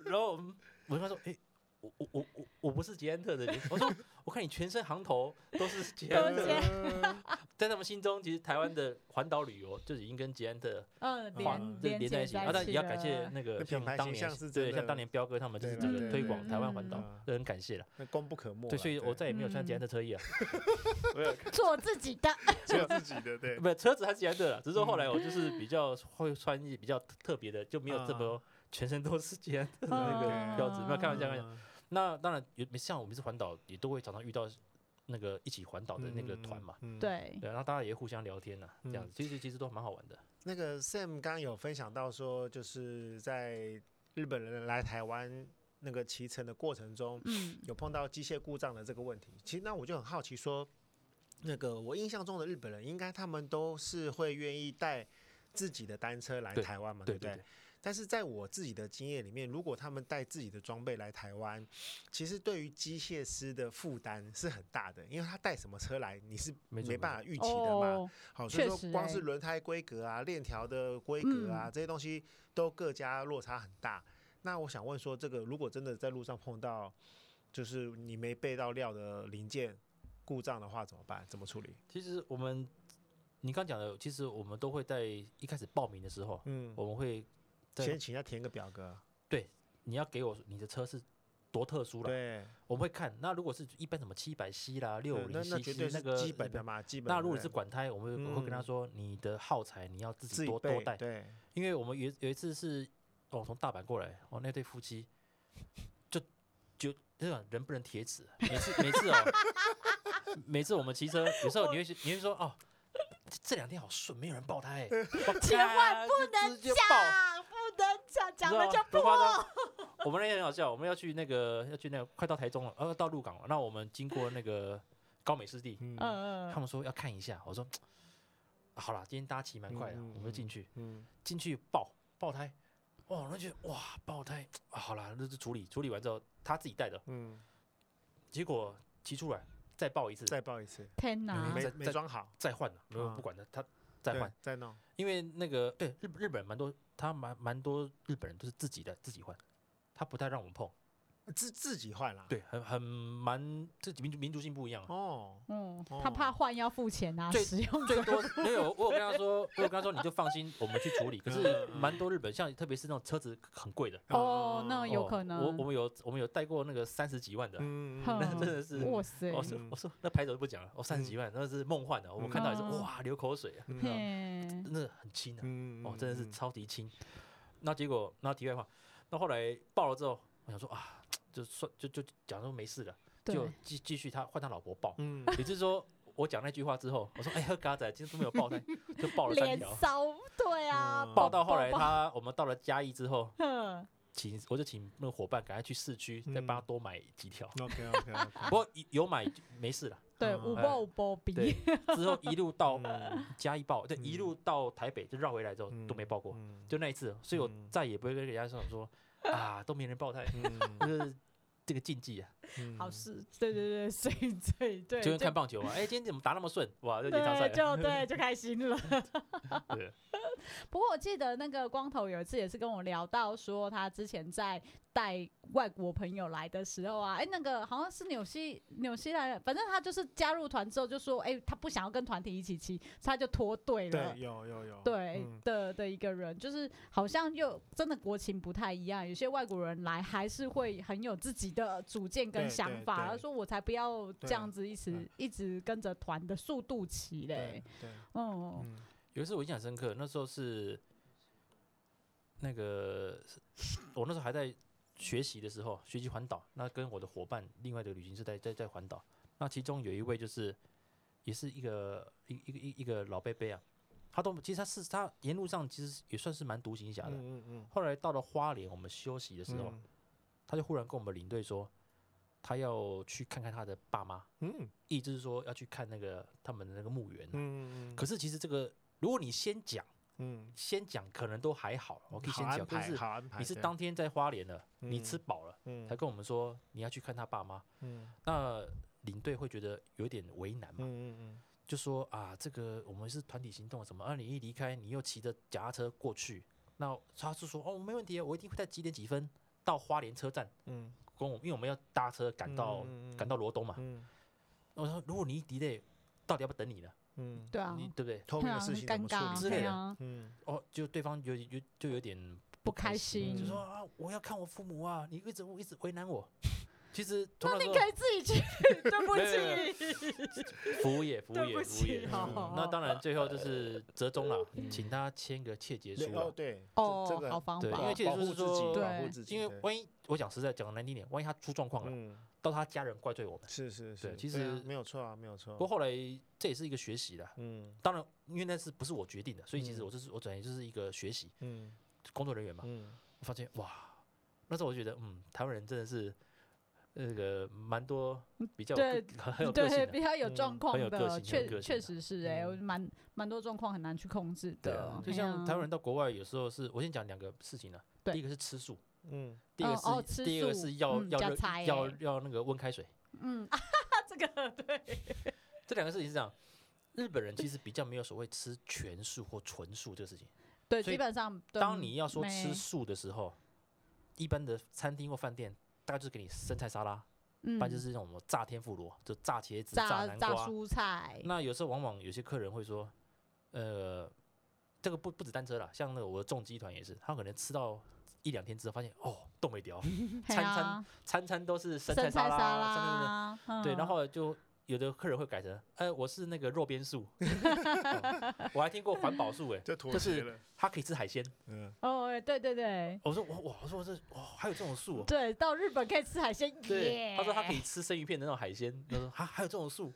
S3: 然后我我跟他说，哎、我我我我我不是捷安特的人，我说我看你全身行头都是捷安
S1: 都
S3: 特
S1: 是捷
S3: 的，
S1: 安
S3: 在他们心中，其实台湾的环岛旅游就已经跟捷安特
S1: 嗯，
S3: 划
S1: 连
S3: 就是连在
S1: 接
S3: 一起，
S1: 在
S3: 啊，但也要感
S1: 了
S3: 谢那个
S2: 那
S3: 像
S2: 品牌
S3: 当
S2: 形
S3: 年
S2: 象是
S3: 对，
S2: 真
S3: 像
S2: 的
S3: 当年彪哥他们就是
S2: 对
S3: 整
S2: 对
S3: 个推
S1: 对
S3: 广
S1: 对
S3: 台湾环岛
S2: 嗯，
S3: 这很感谢了。
S2: 那功不可没啦。
S3: 对，所以我
S2: 在
S3: 再也没有
S1: 嗯
S3: 穿捷安特车衣了，我有
S1: 做自己的，
S2: 只有自己的，对，
S3: 不车子还是捷安特了，只是说后
S2: 嗯
S3: 来我就是比较会穿一比较特别的，就没有这
S2: 啊
S3: 么全身都是捷安特的 那
S1: 嗯
S3: 个标志，没有开玩笑，开玩笑。
S2: 嗯
S3: 那当然有，像我们是环岛，也都会常常遇到那个一起环岛的那个团嘛，，
S2: 嗯嗯嗯
S1: 对，
S3: 对，然后啊大家也互相聊天呐，这
S2: 嗯
S3: 样子，其实其实都蛮好玩的。
S2: 那个 Sam 刚刚有分享到说，就是在日本人来台湾那个骑乘的过程中，
S1: 嗯
S2: 有碰到机械故障的这个问题。其实那我就很好奇说，那个我印象中的日本人，应该他们都是会愿意带自己的单车来
S3: 对
S2: 台湾嘛，
S3: 对
S2: 不
S3: 对对，
S2: 但是在我自己的经验里面，如果他们带自己的装备来台湾，其实对于机械师的负担是很大的，因为他带什么车来，你是
S3: 没错
S2: 没
S3: 没
S2: 办
S3: 错
S2: 法预期的嘛。
S1: 哦，
S2: 好，所以
S1: 确
S2: 说
S1: 实
S2: 光
S1: 欸
S2: 是轮胎规格啊、链条的规格啊、
S1: 嗯
S2: 这些东西都各家落差很大。那我想问说，这个如果真的在路上碰到，就是你没备到料的零件故障的话，怎么办？怎么处理？
S3: 其实我们你刚讲的，其实我们都会在一开始报名的时候，
S2: 嗯，
S3: 我们会在
S2: 先请他填个表格。
S3: 你要给我你的车是多特殊了，
S2: 对，
S3: 我们会看。那如果是一般什么七百 C 啦、六
S2: 对
S3: 零
S2: 那那
S3: C
S2: 绝
S3: C
S2: 对
S3: 那
S2: 是
S3: 个
S2: 基
S3: 日
S2: 本的
S3: 本。
S2: 嘛，基本的。
S3: 那如果
S2: 对
S3: 是管胎，我们
S2: 嗯
S3: 我会跟他说，你的耗材你要自
S2: 自
S3: 己
S2: 己
S3: 多
S2: 备
S3: 多带。
S2: 对，
S3: 因为我们有一有一次是，哦，从大阪过来，哦，那对夫妻就就那种人不能铁齿，啊每次每次哦，每次我们骑车，有时候你会你会说哦。这这两天好顺，没有人欸 爆胎，
S1: 千万
S3: 不能直接爆。
S1: 啊，不能讲，讲了
S3: 你知
S1: 就
S3: 道吗不夸张。 我们那天很好笑，我们要去那个要去那个快到台中了，呃，到鹿港了。那我们经过那个高美湿地，
S2: 嗯
S1: 嗯
S3: 他们说要看一下，我说、啊好啦，今天大家骑蛮快的，
S2: 嗯嗯
S3: 我们就进去。
S2: 嗯
S3: 进去爆爆胎，哇，我就觉得哇爆胎、啊好啦，那就处理处理完之后他自己带的，
S2: 嗯，
S3: 结果骑出来再爆一次，
S2: 再报一次，
S1: 天
S3: 啊
S1: 哪，
S2: 没
S3: 再
S2: 没
S3: 再
S2: 装好，
S3: 再换了，没有
S2: 啊
S3: 不管他他再
S2: 对
S3: 换，
S2: 再弄。
S3: 因为那个对日日本人蛮多，他蛮蛮多日本人都是自己的自己换，他不太让我们碰，
S2: 自自己换啦。
S3: 对，很很蛮这民族民族性不一样啊。
S2: 哦，
S1: 嗯
S2: 哦，
S1: 他怕换要付钱啊，
S3: 最
S1: 使用
S3: 最多没有，我有跟他说，我有跟他说，你就放心，我们去处理。可是蛮多日本，像特别是那种车子很贵的，
S1: 哦，那有
S3: 哦
S1: 可能，
S3: 我我们有我们有带过那个三十几万的，
S2: 嗯，
S1: 哼
S3: 那真的哦是
S1: 哇塞，
S3: 我说
S2: 嗯
S3: 我说那拍手就不讲了，哦，三十几万那是梦幻的，我
S2: 嗯
S3: 看到也是
S1: 嗯
S3: 哇流口水啊，
S2: 嗯
S1: 嘿，
S3: 真的很轻啊，
S2: 嗯
S3: 哦，真的是超级轻。那结果那题外话，那后来爆了之后，我想说啊，就算就就假如没事了，
S1: 对
S3: 就继继续他换他老婆爆，
S2: 嗯，
S3: 也就是说我讲那句话之后，我说哎喝嘎仔，今天都没有爆胎，就爆了三
S1: 脸
S3: 条。
S1: 骚，对啊，
S2: 嗯
S3: 爆到后
S1: 爆
S3: 来
S1: 爆
S3: 他我们到了嘉义之后，
S1: 哼
S3: 请我就请那个伙伴赶快去市区再
S2: 嗯
S3: 帮他多买几条。
S2: OK OK OK，
S3: 不过有有买没事了，
S1: 对，
S2: 嗯
S1: 五
S3: 哎
S1: 波五波比，
S3: 对，之后一路到
S2: 嗯
S3: 嘉义爆，对，一
S2: 嗯
S3: 路到台北就绕回来之后
S2: 嗯
S3: 都没爆过，
S2: 嗯
S3: 就那一次，哦所以我
S2: 嗯
S3: 再也不会跟人家说 说啊都没人爆胎， 就
S2: 嗯
S3: 是这个禁忌啊，
S2: 嗯
S1: 好事，对对对，所以对对，
S3: 就跟看棒球嘛，哎今天怎么打那么顺，哇就连上赛
S1: 对，
S3: 了，
S1: 就对，就开心了。
S3: 对，
S1: 不过我记得那个光头有一次也是跟我聊到说，他之前在带外国朋友来的时候啊，哎、那个好像是纽西纽西兰人，反正他就是加入团之后就说，哎、他不想要跟团体一起骑，所以他就脱队了
S2: 对，。有有有，
S1: 对
S2: 嗯
S1: 的的一个人，就是好像又真的国情不太一样，有些外国人来还是会很有自己的主见跟
S2: 对
S1: 想
S2: 对
S1: 法，
S2: 对
S1: 他说我才不要这
S2: 对
S1: 样子一直
S2: 嗯
S1: 一直跟着团的速度骑嘞
S2: 对，对，
S3: 哦
S1: 嗯，
S2: 嗯
S3: 有一次我印象深刻，那时候是那个是我那时候还在学习的时候，学习环岛，那跟我的伙伴另外的旅行社在在在环岛，那其中有一位就是也是一个一一个一一个老伯伯啊，他都其实他是他沿路上其实也算是蛮独行侠的。
S2: 嗯嗯
S3: 后来到了花莲，我们休息的时候，
S2: 嗯
S3: 他就忽然跟我们领队说，他要去看看他的爸妈，
S2: 嗯
S3: 意思是说要去看那个他们的那个墓园啊、
S2: 嗯，
S3: 可是其实这个，如果你先讲。
S2: 嗯，
S3: 先讲可能都还好，我可以
S2: 好
S3: 先
S2: 安
S3: 讲，但
S2: 排
S3: 是
S2: 好安排，
S3: 你是
S2: 对
S3: 当天在花莲了，你
S2: 嗯
S3: 吃饱了，
S2: 嗯
S3: 才跟我们说你要去看他爸妈，
S2: 嗯
S3: 那领队会觉得有点为难嘛，
S2: 嗯嗯
S3: 就说啊，这个我们是团体行动什么，啊，你一离开，你又骑着脚踏车过去，那他是说哦，没问题啊，我一定会在几点几分到花莲车站，
S2: 嗯
S3: 跟我们因为我们要搭车赶到、
S2: 嗯嗯嗯
S3: 赶到罗东嘛，
S2: 嗯
S3: 那我说如果你一 delay，到底要不要等你呢？
S2: 嗯，
S1: 对啊，
S3: 你对不对？
S2: 后
S1: 对
S2: 面
S1: 啊，
S2: 的
S1: 很
S2: 事情怎
S1: 尴
S2: 么处
S1: 尬
S2: 理
S3: 之类
S1: 对
S3: 的
S1: 啊，
S2: 嗯
S3: 哦，就对方有有就有点
S1: 不开心，
S3: 就
S2: 嗯
S3: 说啊，我要看我父母啊，你一直一直为难 我。其实从
S1: 那
S3: 那
S1: 你
S3: 时候
S1: 可以自己去， 对不起，
S3: 服务业，服务
S1: 对不
S3: 业，服务
S1: 起，
S3: 业。
S1: 好
S2: 嗯
S1: 好
S3: 那
S1: 好
S3: 当然，最后就是折中了，请他签个切结
S2: 对
S3: 书
S2: 哦
S3: 啊。
S2: 对，
S1: 哦，
S2: 这这个
S1: 好方
S3: 对因为
S1: 法
S3: 其，实
S2: 保
S3: 就是
S2: 护自
S3: 说
S2: 己，保护
S1: 对
S2: 自己，
S3: 因为
S2: 对
S3: 万一我讲实在讲难听点，万一他出状况了，
S2: 嗯
S3: 到他家人怪罪我们。
S2: 是是是，
S3: 对其
S2: 啊
S3: 实
S2: 没有错啊，没有错
S3: 不。过后来这也是一个学习啦。
S2: 嗯
S3: 当然，因为那是不是我决定的，所以其实
S2: 嗯
S3: 我就是我转业就是一个学习
S2: 嗯
S3: 工作人员嘛。
S2: 嗯，
S3: 我发现哇，那时候我就觉得，嗯，台湾人真的是呃那个蛮多比较有
S1: 对
S3: 个很有个性
S1: 对
S3: 的。
S1: 比较有
S2: 嗯
S1: 状
S3: 很
S1: 况
S3: 有个
S1: 的，
S3: 性很有
S1: 确
S3: 个性
S1: 确
S3: 的
S1: 实是哎，
S2: 嗯
S1: 我蛮蛮多状况很难去控制
S3: 对
S1: 的
S3: 啊，，就
S1: 嘿
S3: 像
S1: 啊
S3: 台湾人到国外，有时候是我先讲两个事情呢、
S1: 对
S3: 第一个是吃素，
S2: 嗯，
S3: 第二个
S1: 哦
S3: 是、
S1: 哦吃
S3: 第二个
S1: 素
S3: 是要、
S1: 嗯
S3: 要
S1: 加
S3: 热
S1: 菜
S3: 要
S1: 欸
S3: 要那个温开水。
S1: 嗯，啊哈哈， 这个对，
S3: 这两个事情是这样，日本人其实比较没有所谓吃全素或纯素这个事情。
S1: 对，
S3: 所以
S1: 基本上都
S3: 当你要说
S1: 没
S3: 吃素的时候，一般的餐厅或饭店大概就是给你生菜沙拉，不然就
S1: 嗯
S3: 是那种什么炸天妇罗，就炸茄子、炸
S1: 炸
S3: 南
S1: 炸
S3: 瓜。
S1: 蔬菜，
S3: 那有时候往往有些客人会说，呃，这个不不止单车啦，像那个我的重机团也是，他可能吃到一两天之后发现哦，冻没掉，
S1: 嘿
S3: 餐
S1: 啊
S3: 餐餐都是生
S1: 生
S3: 菜
S1: 菜沙
S3: 沙生菜沙
S1: 拉，
S3: 拉对，
S1: 嗯
S3: 然后就有的客人会改成，哎，我是那个肉 边素，哦我还听过环保素，哎，
S2: 这妥
S3: 就
S2: 协
S3: 是
S2: 了，
S3: 他可以吃海鲜。
S2: 嗯，
S1: 哦，对对对
S3: 我说我哇，我说这哇，还有这种素哦。
S1: 对，到日本可以吃海鲜，
S3: 对，他说他可
S1: 以，
S3: 以吃生鱼片的那种海鲜，他说啊，还有这种素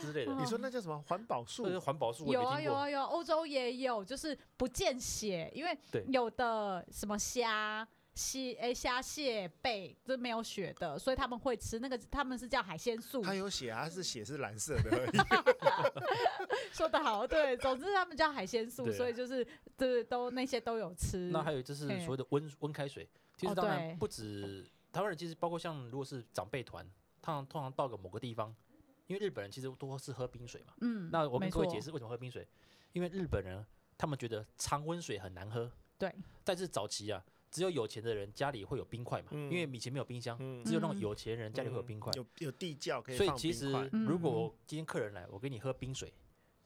S3: 之类的，
S2: 嗯你说那叫什么环保
S3: 这是
S2: 树？
S3: 环保素，我也
S1: 有
S3: 没
S1: 啊
S3: 听
S1: 嗯有
S3: 过。
S1: 啊有啊，欧洲也有，就是不见血，因为
S3: 对
S1: 有的什么虾。蟹诶，虾蟹贝都没有血的，所以他们会吃那个，他们是叫海鲜素。
S2: 它有血啊，它是血是蓝色的而已。
S1: 说得好，对，总之他们叫海鲜素，
S3: 对啊
S1: 所以就是对都那些都有吃。
S3: 那还有就是
S1: 嗯嘿
S3: 所谓的温温开水，其
S1: 哦
S3: 实当
S1: 对
S3: 然不止台湾人，其实包括像如果是长辈团，通常通常到个某个地方，因为日本人其实都是喝冰水嘛。
S1: 嗯，
S3: 那我跟
S1: 没
S3: 各位
S1: 错
S3: 解释为什么喝冰水，因为日本人他们觉得常温水很难喝。
S1: 对。
S3: 但是早期啊，只有有钱的人家里会有冰块嘛，因
S2: 嗯
S3: 为以前没有冰箱，
S2: 嗯
S3: 只有
S1: 嗯
S3: 那种有钱人家里会有冰块，
S2: 有有地窖可以
S3: 所以
S2: 放
S3: 其
S2: 冰
S3: 实
S2: 块。
S1: 嗯
S3: 如果
S1: 嗯
S3: 我今天客人来，我给你喝冰水，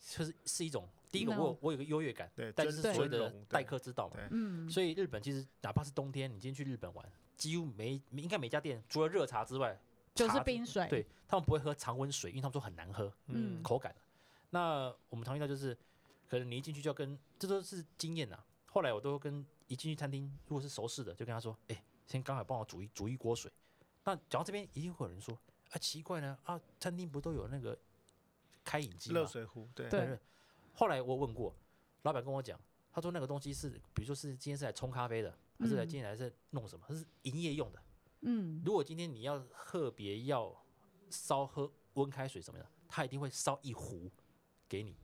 S3: 就是是一种第一个
S1: 那
S3: 我有我有个优越感，
S2: 对
S3: 但
S2: 尊
S3: 是所谓
S2: 尊
S3: 的
S2: 荣
S3: 待
S2: 对
S3: 客之道嘛
S2: 对。
S1: 嗯，
S3: 所以日本其实哪怕是冬天，你今天去日本玩，几乎每每应该每家店除了热茶之外，
S1: 就是
S3: 茶
S1: 冰水。
S3: 对他们不会喝常温水，因为他们说很难喝，
S1: 嗯
S3: 口感。那我们常遇到就是，可能你一进去就要跟，这都是经验呐、后来我都跟一进去餐厅，如果是熟识的，就跟他说，哎、先刚好帮我煮一煮一锅水。那讲到这边，一定会有人说，啊，奇怪呢，啊，餐厅不都有那个开饮机
S2: 热
S3: 嘛。
S2: 水壶，对，
S1: 对
S3: 后来我问过，老板跟我讲，他说那个东西是，比如说是今天是来冲咖啡的，还是来
S1: 嗯
S3: 今天来是弄什么？它是营业用的。
S1: 嗯，
S3: 如果今天你要特别要烧喝温开水什么的，他一定会烧一壶给你。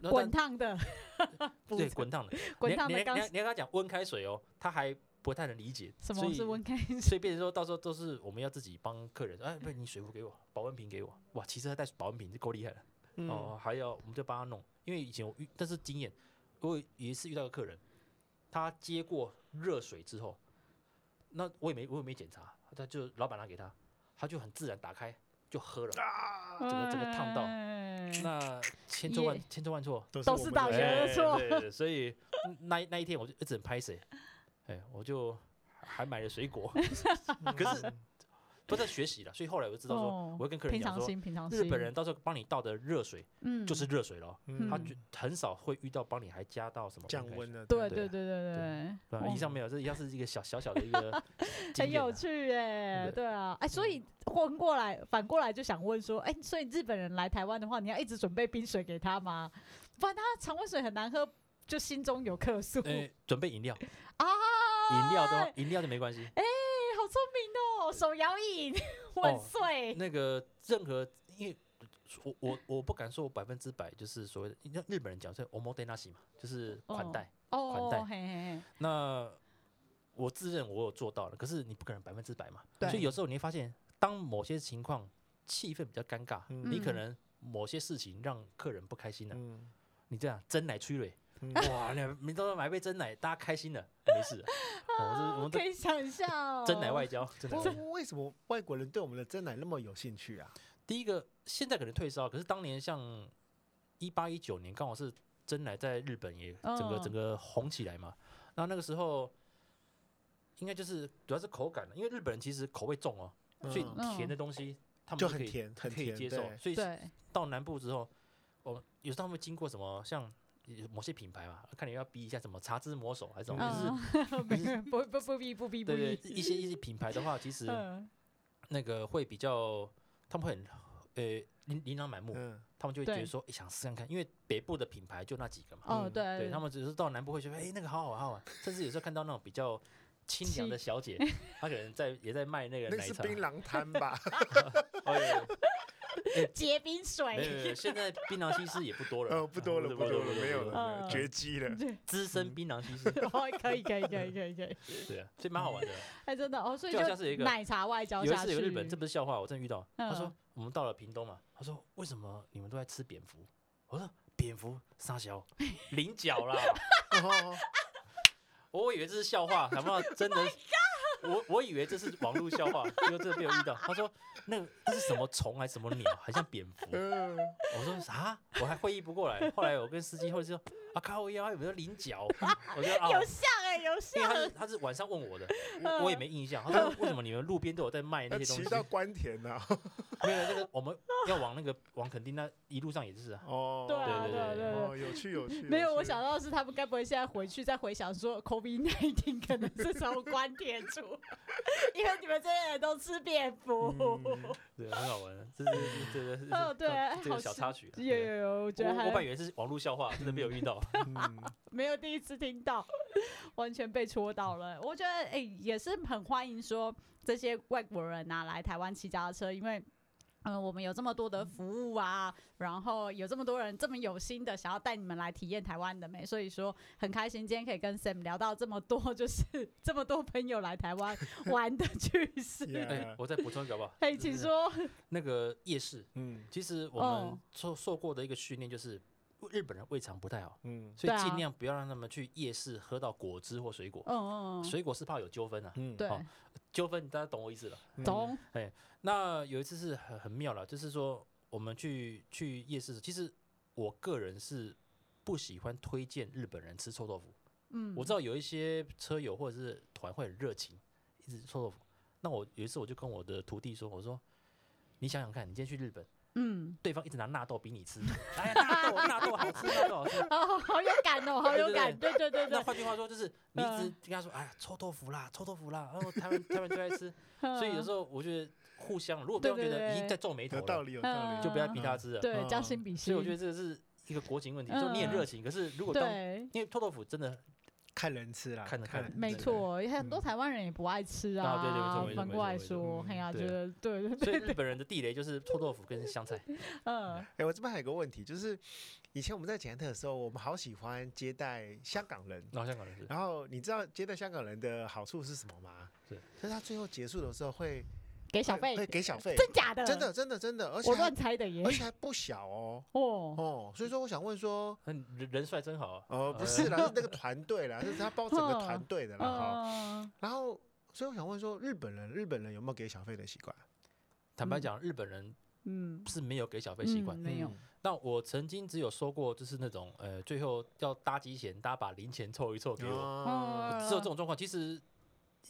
S3: 然后
S1: 滚烫的，
S3: 但对，滚烫的，
S1: 滚
S3: 你还
S1: 烫
S3: 你
S1: 的
S3: 还
S1: 刚
S3: 你还你还跟他讲温开水哦，他还不太能理解。
S1: 什
S3: 所
S1: 么
S3: 以
S1: 是温开水？
S3: 所以变成说到时候都是我们要自己帮客人，哎，不，你水壶给我，保温瓶给我，哇，其实他带保温瓶就够厉害了、
S2: 嗯
S3: 哦，还要我们就帮他弄，因为以前我遇，但是经验，我有一次遇到个客人，他接过热水之后，那我也没我也没检查，他就老板拿给他，他就很自然打开就喝了，
S2: 啊，
S3: 怎么怎么烫到
S1: 哎
S3: 那千错万
S1: 耶
S3: 千错万错，
S2: 都是
S1: 都
S2: 我
S1: 是
S2: 们
S1: 大
S2: 的
S1: 学的
S2: 哎
S1: 错
S3: 对对对，所以那那一天我就一直很拍谁，哎，我就还买了水果，可是
S2: 嗯
S3: 都在学习了，所以后来我就知道说，
S1: 哦
S3: 我会跟客人
S1: 平
S3: 讲
S1: 常
S3: 说，
S1: 心，平常心。
S3: 日本人到时候帮你倒的热水
S1: 嗯，
S3: 就是热水咯，
S2: 嗯
S3: 他
S1: 嗯
S3: 就很少会遇到帮你还加到什么
S2: 降
S3: 开水
S2: 温。的，
S1: 对对对
S3: 对
S1: 对对
S3: 对吧，
S1: 哦
S3: 以上没有，这一样是一个小小小的 一个经
S1: 很
S3: 验啊
S1: 有趣哎，
S3: 对嗯
S1: 对啊，哎，所以混过来，反过来就想问说，哎，所以日本人来台湾的话，你要一直准备冰水给他吗？不然他常温水很难喝，就心中有客诉。哎
S2: 哎
S3: 呃，准备饮料，
S1: 啊，
S3: 饮料
S1: 哎
S3: 都饮料就没关系。
S1: 好聪明哦，手摇饮，
S3: 哦
S1: 万岁！
S3: 那个任何，因为我我我不敢说我百分之百就是所谓的，那日本人讲是 o m o d e n a s i 嘛，就是款
S1: 哦
S3: 待。
S1: 哦，
S3: 款待
S1: 嘿嘿嘿，
S3: 那我自认我有做到了，可是你不可能百分之百嘛。
S1: 对
S3: 所以有时候你会发现，当某些情况气氛比较尴尬，
S2: 嗯
S3: 你可能某些事情让客人不开心了，
S2: 嗯，
S3: 你这样真奶催泪，
S2: 嗯
S3: 哇，你你都买杯真奶，大家开心了，没事 了。哦我是我们
S1: 可
S3: 这
S1: 以想象哦
S3: 真奶外交，真奶
S2: 不
S3: 外
S2: 过
S3: 交。
S2: 为什么外国人对我们的真奶那么有兴趣啊？
S3: 第一个现在可能退烧，可是当年像一八一九年刚好是真奶在日本也
S2: 哦
S3: 整个、
S1: 嗯
S3: 整个红起来嘛，那那个时候应该就是主要是口感了，因为日本人其实口味重哦，所以
S2: 嗯
S3: 甜的东西他们
S2: 就
S3: 都可
S2: 很
S3: 以
S2: 甜很
S3: 可以
S2: 甜
S3: 接受，
S2: 对
S3: 所以
S1: 对，
S3: 到南部之后，我们有时候他们经过什么像某些品牌嘛，看你要逼一下什么茶之魔手还是什么，就是
S1: 嗯，没 不不不逼不逼不
S3: 对 对
S1: 逼，
S3: 一些一些品牌的话，其实
S1: 嗯
S3: 那个会比较他们会很呃琳琳琅满目，
S2: 嗯，
S3: 他们就会觉
S1: 对
S3: 得说、诶想试看看，因为北部的品牌就那几个嘛，
S1: 哦
S2: 嗯
S1: 对，
S3: 对他们只是到南部会觉得哎、诶那个好好玩好好玩，甚至有时候看到那种比较清凉
S1: 七
S3: 的小姐，她可能在也在卖那个
S2: 那个
S3: 奶
S2: 是
S3: 茶，
S2: 槟榔摊 吧？
S3: 哦
S1: 结冰
S3: 没有没有
S1: 水，
S3: 没有，现在槟榔西施也不多了啦，
S2: 呃，不多了，不多了，没有
S3: 不
S1: 了
S3: 多
S2: 了，没有
S1: 嗯
S2: 绝迹了。
S1: 对，
S3: 资深
S2: 嗯
S3: 槟榔西施，
S1: 哦，可以可以可以可以可以，
S3: 对啊，所以蛮好玩的。
S1: 哎，真的哦，所以
S3: 就好像是有一个
S1: 奶茶外交
S3: 有一
S1: 下
S3: 次
S1: 去，
S3: 有个日本，这不是笑话，我真的遇到，他说
S1: 嗯
S3: 我们到了屏东嘛，他说为什么你们都在吃蝙蝠？我说蝙蝠傻小菱角啦，
S2: 哦
S3: 我以为这是笑话，想不到真的。我我以为这是网络笑话，结果真的被我遇到。他说那个这是什么虫还是什么鸟，还像蝙蝠。
S2: 嗯，
S3: 我说啥？我还会意不过来。后来我跟司机后来就说啊靠腰，有没有菱角？我说啊，
S1: 有嗯像哎有
S3: 因为他
S1: 像
S3: 是，他是晚上问我的，我我也没印象。他说为什么你们路边都有在卖那
S2: 要
S3: 些东
S2: 呃骑
S3: 西？
S2: 到关田啊呐。
S3: 没有那个，我们要往那个往垦丁那一路上也是啊。
S2: 哦，
S1: 对啊
S3: 对对对
S1: 对对对。
S2: 哦，有趣有趣。
S1: 没有，我
S2: 趣
S1: 想到的是他们该不会现在回去再回想说 COVID 1 9可能是从关铁出， 因为你们这些人都吃蝙蝠。
S2: 嗯
S3: 对，很好玩，啊这是这是这是
S1: 哦对哎
S3: 这个
S1: 好
S3: 小
S1: 吃
S3: 插曲啊。
S1: 有
S3: 对
S1: 有有，我觉
S3: 我
S1: 得
S3: 我本来
S1: 还
S3: 以为是网络笑话，真的没有 遇到。
S2: 嗯
S1: 没有第一次听到， 完全被戳到了。我觉得哎、也是很欢迎说这些外国人呐、来台湾骑脚踏车，因为。嗯，我们有这么多的服务啊，然后有这么多人这么有心的想要带你们来体验台湾的美，所以说很开心今天可以跟 Sam 聊到这么多， 就是这么多朋友来台 湾玩的趣事。
S2: 嗯 Yeah
S3: 哎，我再补充一个好不好？
S1: 嘿，
S3: 就
S1: 请
S3: 是
S1: 说。
S3: 那个夜市，
S2: 嗯
S3: 其实我
S1: 哦
S3: 们受受过的一个训练就是，日本人胃肠不太好，
S2: 嗯
S3: 所
S1: 对
S3: 以
S1: 啊
S3: 尽量不要让他们去夜市喝到果汁或水果。
S1: 嗯嗯嗯，
S3: 水果是怕有纠纷啊，
S2: 嗯，
S1: 对
S3: 好，纠纷大家懂我意思了。
S2: 嗯
S1: 懂。
S3: 那有一次是很很妙了，就是说我们去去夜市的时候，其实我个人是不喜欢推荐日本人吃臭豆腐。
S1: 嗯，
S3: 我知道有一些车友或者是团会很热情，一直臭豆腐。那我有一次我就跟我的徒弟说，我说你想想看，你今天去日本，
S1: 嗯，
S3: 对方一直拿纳豆逼你吃， 哎呀，纳豆纳豆好吃，纳豆好吃。
S1: 哦，好有感哦，好有感，对对对
S3: 那
S1: 对，
S3: 换句话说，就是你一直
S1: 嗯
S3: 跟他说，哎呀，臭豆腐啦，臭豆腐啦，然后台湾台湾最爱吃，所以有时
S1: 候
S3: 候我觉得互相，如果对方觉
S1: 对对
S3: 得已经
S1: 对
S3: 在皱眉头
S2: 有道
S3: 了，
S2: 理有道理，
S3: 就不要
S1: 嗯
S3: 逼他吃了。
S1: 对，
S2: 嗯
S1: 将心比心。
S3: 所以我觉得这是一个国情问题，就是你很热
S1: 嗯
S3: 情，可是如果当
S1: 对，
S3: 因为臭豆腐真的
S2: 看人吃啦，
S3: 看得看
S2: 看
S3: 得
S2: 人
S1: 没
S2: 吃
S1: 错，也很多
S2: 嗯
S1: 台湾人也不爱吃
S3: 啊对对没错没错
S1: 反
S3: 没
S1: 过
S3: 错
S1: 来
S3: 没错
S1: 说，
S2: 嗯
S1: 哎呀，
S3: 对
S1: 觉得对对
S3: 所
S1: 对，
S3: 以日本人的地雷就是臭豆腐跟香 菜。
S1: 嗯，
S2: 哎、我这边还有个问题，就是以前我们在捷安特的时候，我们好喜欢接待香港人。
S3: 然后哦香港人是
S2: 然后你知道接待香港人的好处是什么吗？
S3: 是，
S2: 就是他最后结束的时候会
S1: 给小
S2: 会
S1: 费，
S3: 哎
S2: 会给小费，
S1: 真假的？
S2: 真，的真的真的，而且
S1: 我
S2: 还
S1: 乱猜的耶
S2: 而。且还不小哦
S1: 哦，
S2: 哦，所以说我想问说，
S3: 嗯，人人帅真好啊。
S2: 呃，不是啦，是那个团队啦，是他包整个团队的啦哈。
S1: 嗯，
S2: 然后，所以我想问说，日本人日本人有没有给小费的习惯？
S3: 坦白讲，日本人
S1: 嗯，
S3: 是没有给小费习惯
S1: 嗯。没有
S2: 嗯，
S3: 那我曾经只有收过，就是那种呃，最后要搭机前，大家把零钱凑一凑给我，
S1: 嗯
S2: 哦，
S3: 只有这种状况，其实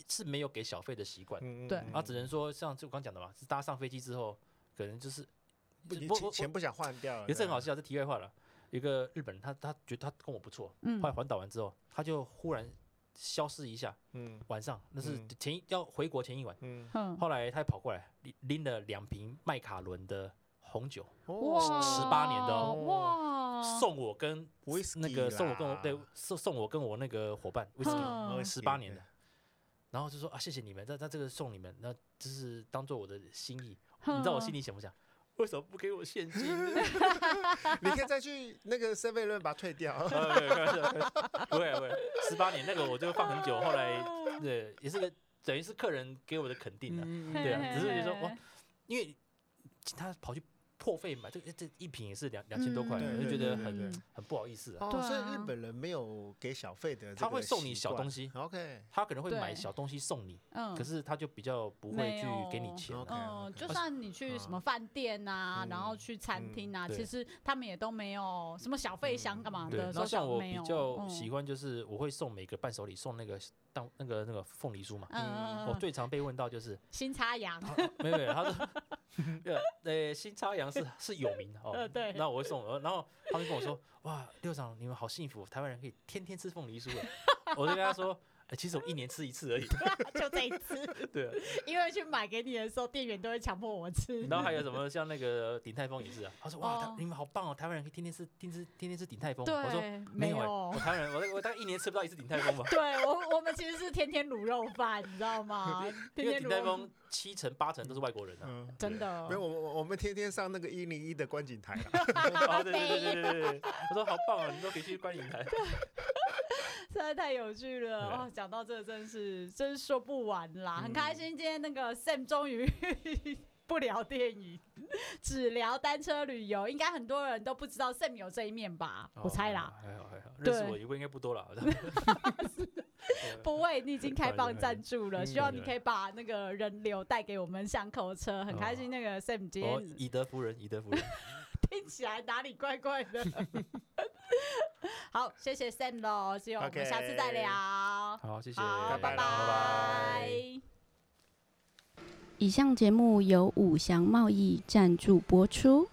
S3: 是没有给小费的习惯。
S2: 嗯
S1: 对
S3: 啊，只能说像就我刚讲的嘛，是搭上飞机之后，可能就是
S2: 不
S3: 就
S2: 你
S3: 我
S2: 钱
S3: 我
S2: 钱不想换掉了，
S3: 也是很
S2: 这样
S3: 好笑，这题外话了。有一个日本人，他他觉得他跟我不错，
S1: 嗯
S3: 后来环岛完之后，他就忽然消失一下，
S2: 嗯
S3: 晚上那是
S2: 嗯
S3: 前一要回国前一晚，
S2: 嗯，
S1: 嗯，
S3: 后来他跑过来拎拎了两瓶麦卡伦的红酒，
S2: 哦
S1: 哇，
S3: 18年的哦
S1: 哇，
S3: 送我跟
S2: 威
S3: 那个送我跟我对送送我跟我那个伙伴威士忌，
S1: 嗯
S3: 呃十八年的，然后就说啊谢谢你们，那那这个送你们，那就是当做我的心意。你知道我心
S1: 里
S3: 里想不想？为什么不给我现金呢？
S2: 你可以再去那个 Seven 论把它退掉。
S3: 哎嗯不会不会，十八年那个我就放很久，后来对也是个等于是客人给我的肯定
S2: 嗯
S3: 啊，
S1: 嗯
S3: 对啊，只是觉得说哇，因为他跑去破费买这个这一瓶也是两两千多块，
S2: 嗯
S3: 我就觉得
S2: 对对
S3: 很
S2: 对
S3: 很不好意思啊。
S2: 哦
S1: 对，啊
S2: 所以日本人没有给小费的，
S3: 他会送你小东
S2: 西。
S3: 西，
S2: OK，
S3: 他可能会
S1: 对
S3: 买小东西送你，
S1: 嗯，
S3: 可是他就比较不会
S1: 没
S3: 去
S1: 有
S3: 给你钱啊。
S2: OK，
S1: 嗯，就
S2: OK
S1: 算你去什么饭店啊，然后去餐厅啊，
S3: 嗯对嗯
S1: 其实他们也都没有什么小费箱干嘛
S3: 对，
S1: 的，
S3: 然后
S1: 说
S3: 像
S1: 小
S3: 我
S1: 没
S3: 比
S1: 有嗯
S3: 较喜，欢就是我会送每个伴手礼送那个当那个那个凤梨酥嘛。
S1: 嗯嗯，嗯
S3: 我
S1: 嗯
S3: 最常被问到就是
S1: 新插 羊，
S3: 没有没有，他 说，呃，呃，新插羊是是有名的哦。
S1: 呃对
S3: 那我会送，呃然后他们跟我说，哇，六长你们好幸福，台湾人可以天天吃凤梨酥耶。 我就跟他说，呃其实我一年吃一次而已。
S1: 就这一次，
S3: 对啊，
S1: 因为去买给你的时候，店员都会强迫我 吃。
S3: 然后还有什么像那个鼎泰丰也是啊，他说哇，他
S1: 哦
S3: 你们好棒哦，台湾人可以天天吃，天吃天天吃鼎泰丰。我说
S1: 对，
S3: 没有哎，
S1: 有。
S3: 我。台湾人，我大我大概一年吃不到一次鼎泰丰吧
S1: 对我，我们其实是天天卤肉饭，你知道吗？天
S3: 因为
S1: 天
S3: 鼎
S1: 卤
S3: 泰
S1: 肉饭
S3: 丰七成八成都是外国人啊，
S2: 嗯，
S1: 真的
S2: 没有，我们我们天天上那个一零一的观景台啦。
S3: 哦对对对对对 对，对我说好棒哦，你们都可以去观影台。
S1: 实在太有趣了
S3: 对
S1: 哦！讲到这，真是真说不完啦，
S2: 嗯
S1: 很开心今天那个 Sam 终于 不聊电影，只聊单车旅游，应该很多人都不知道 Sam 有这一面吧？我猜啦，
S3: 哦，还好还好，认识
S1: 对
S3: 我一个应该不多了。
S1: 不会，你已经开放赞助了，
S2: 嗯
S1: 希望你可以把那个人流带给我们巷口车，很开心那个 Sam 今
S3: 哦
S1: 天，
S3: 以德服人，以德服人。
S1: 听起来哪里怪怪 的。好，谢谢 Sam 喽，希望我们
S2: OK
S1: 下次再聊。
S3: 好，谢谢，
S1: 好，拜
S2: 拜拜拜
S4: 以上节目由五祥贸易赞助播出。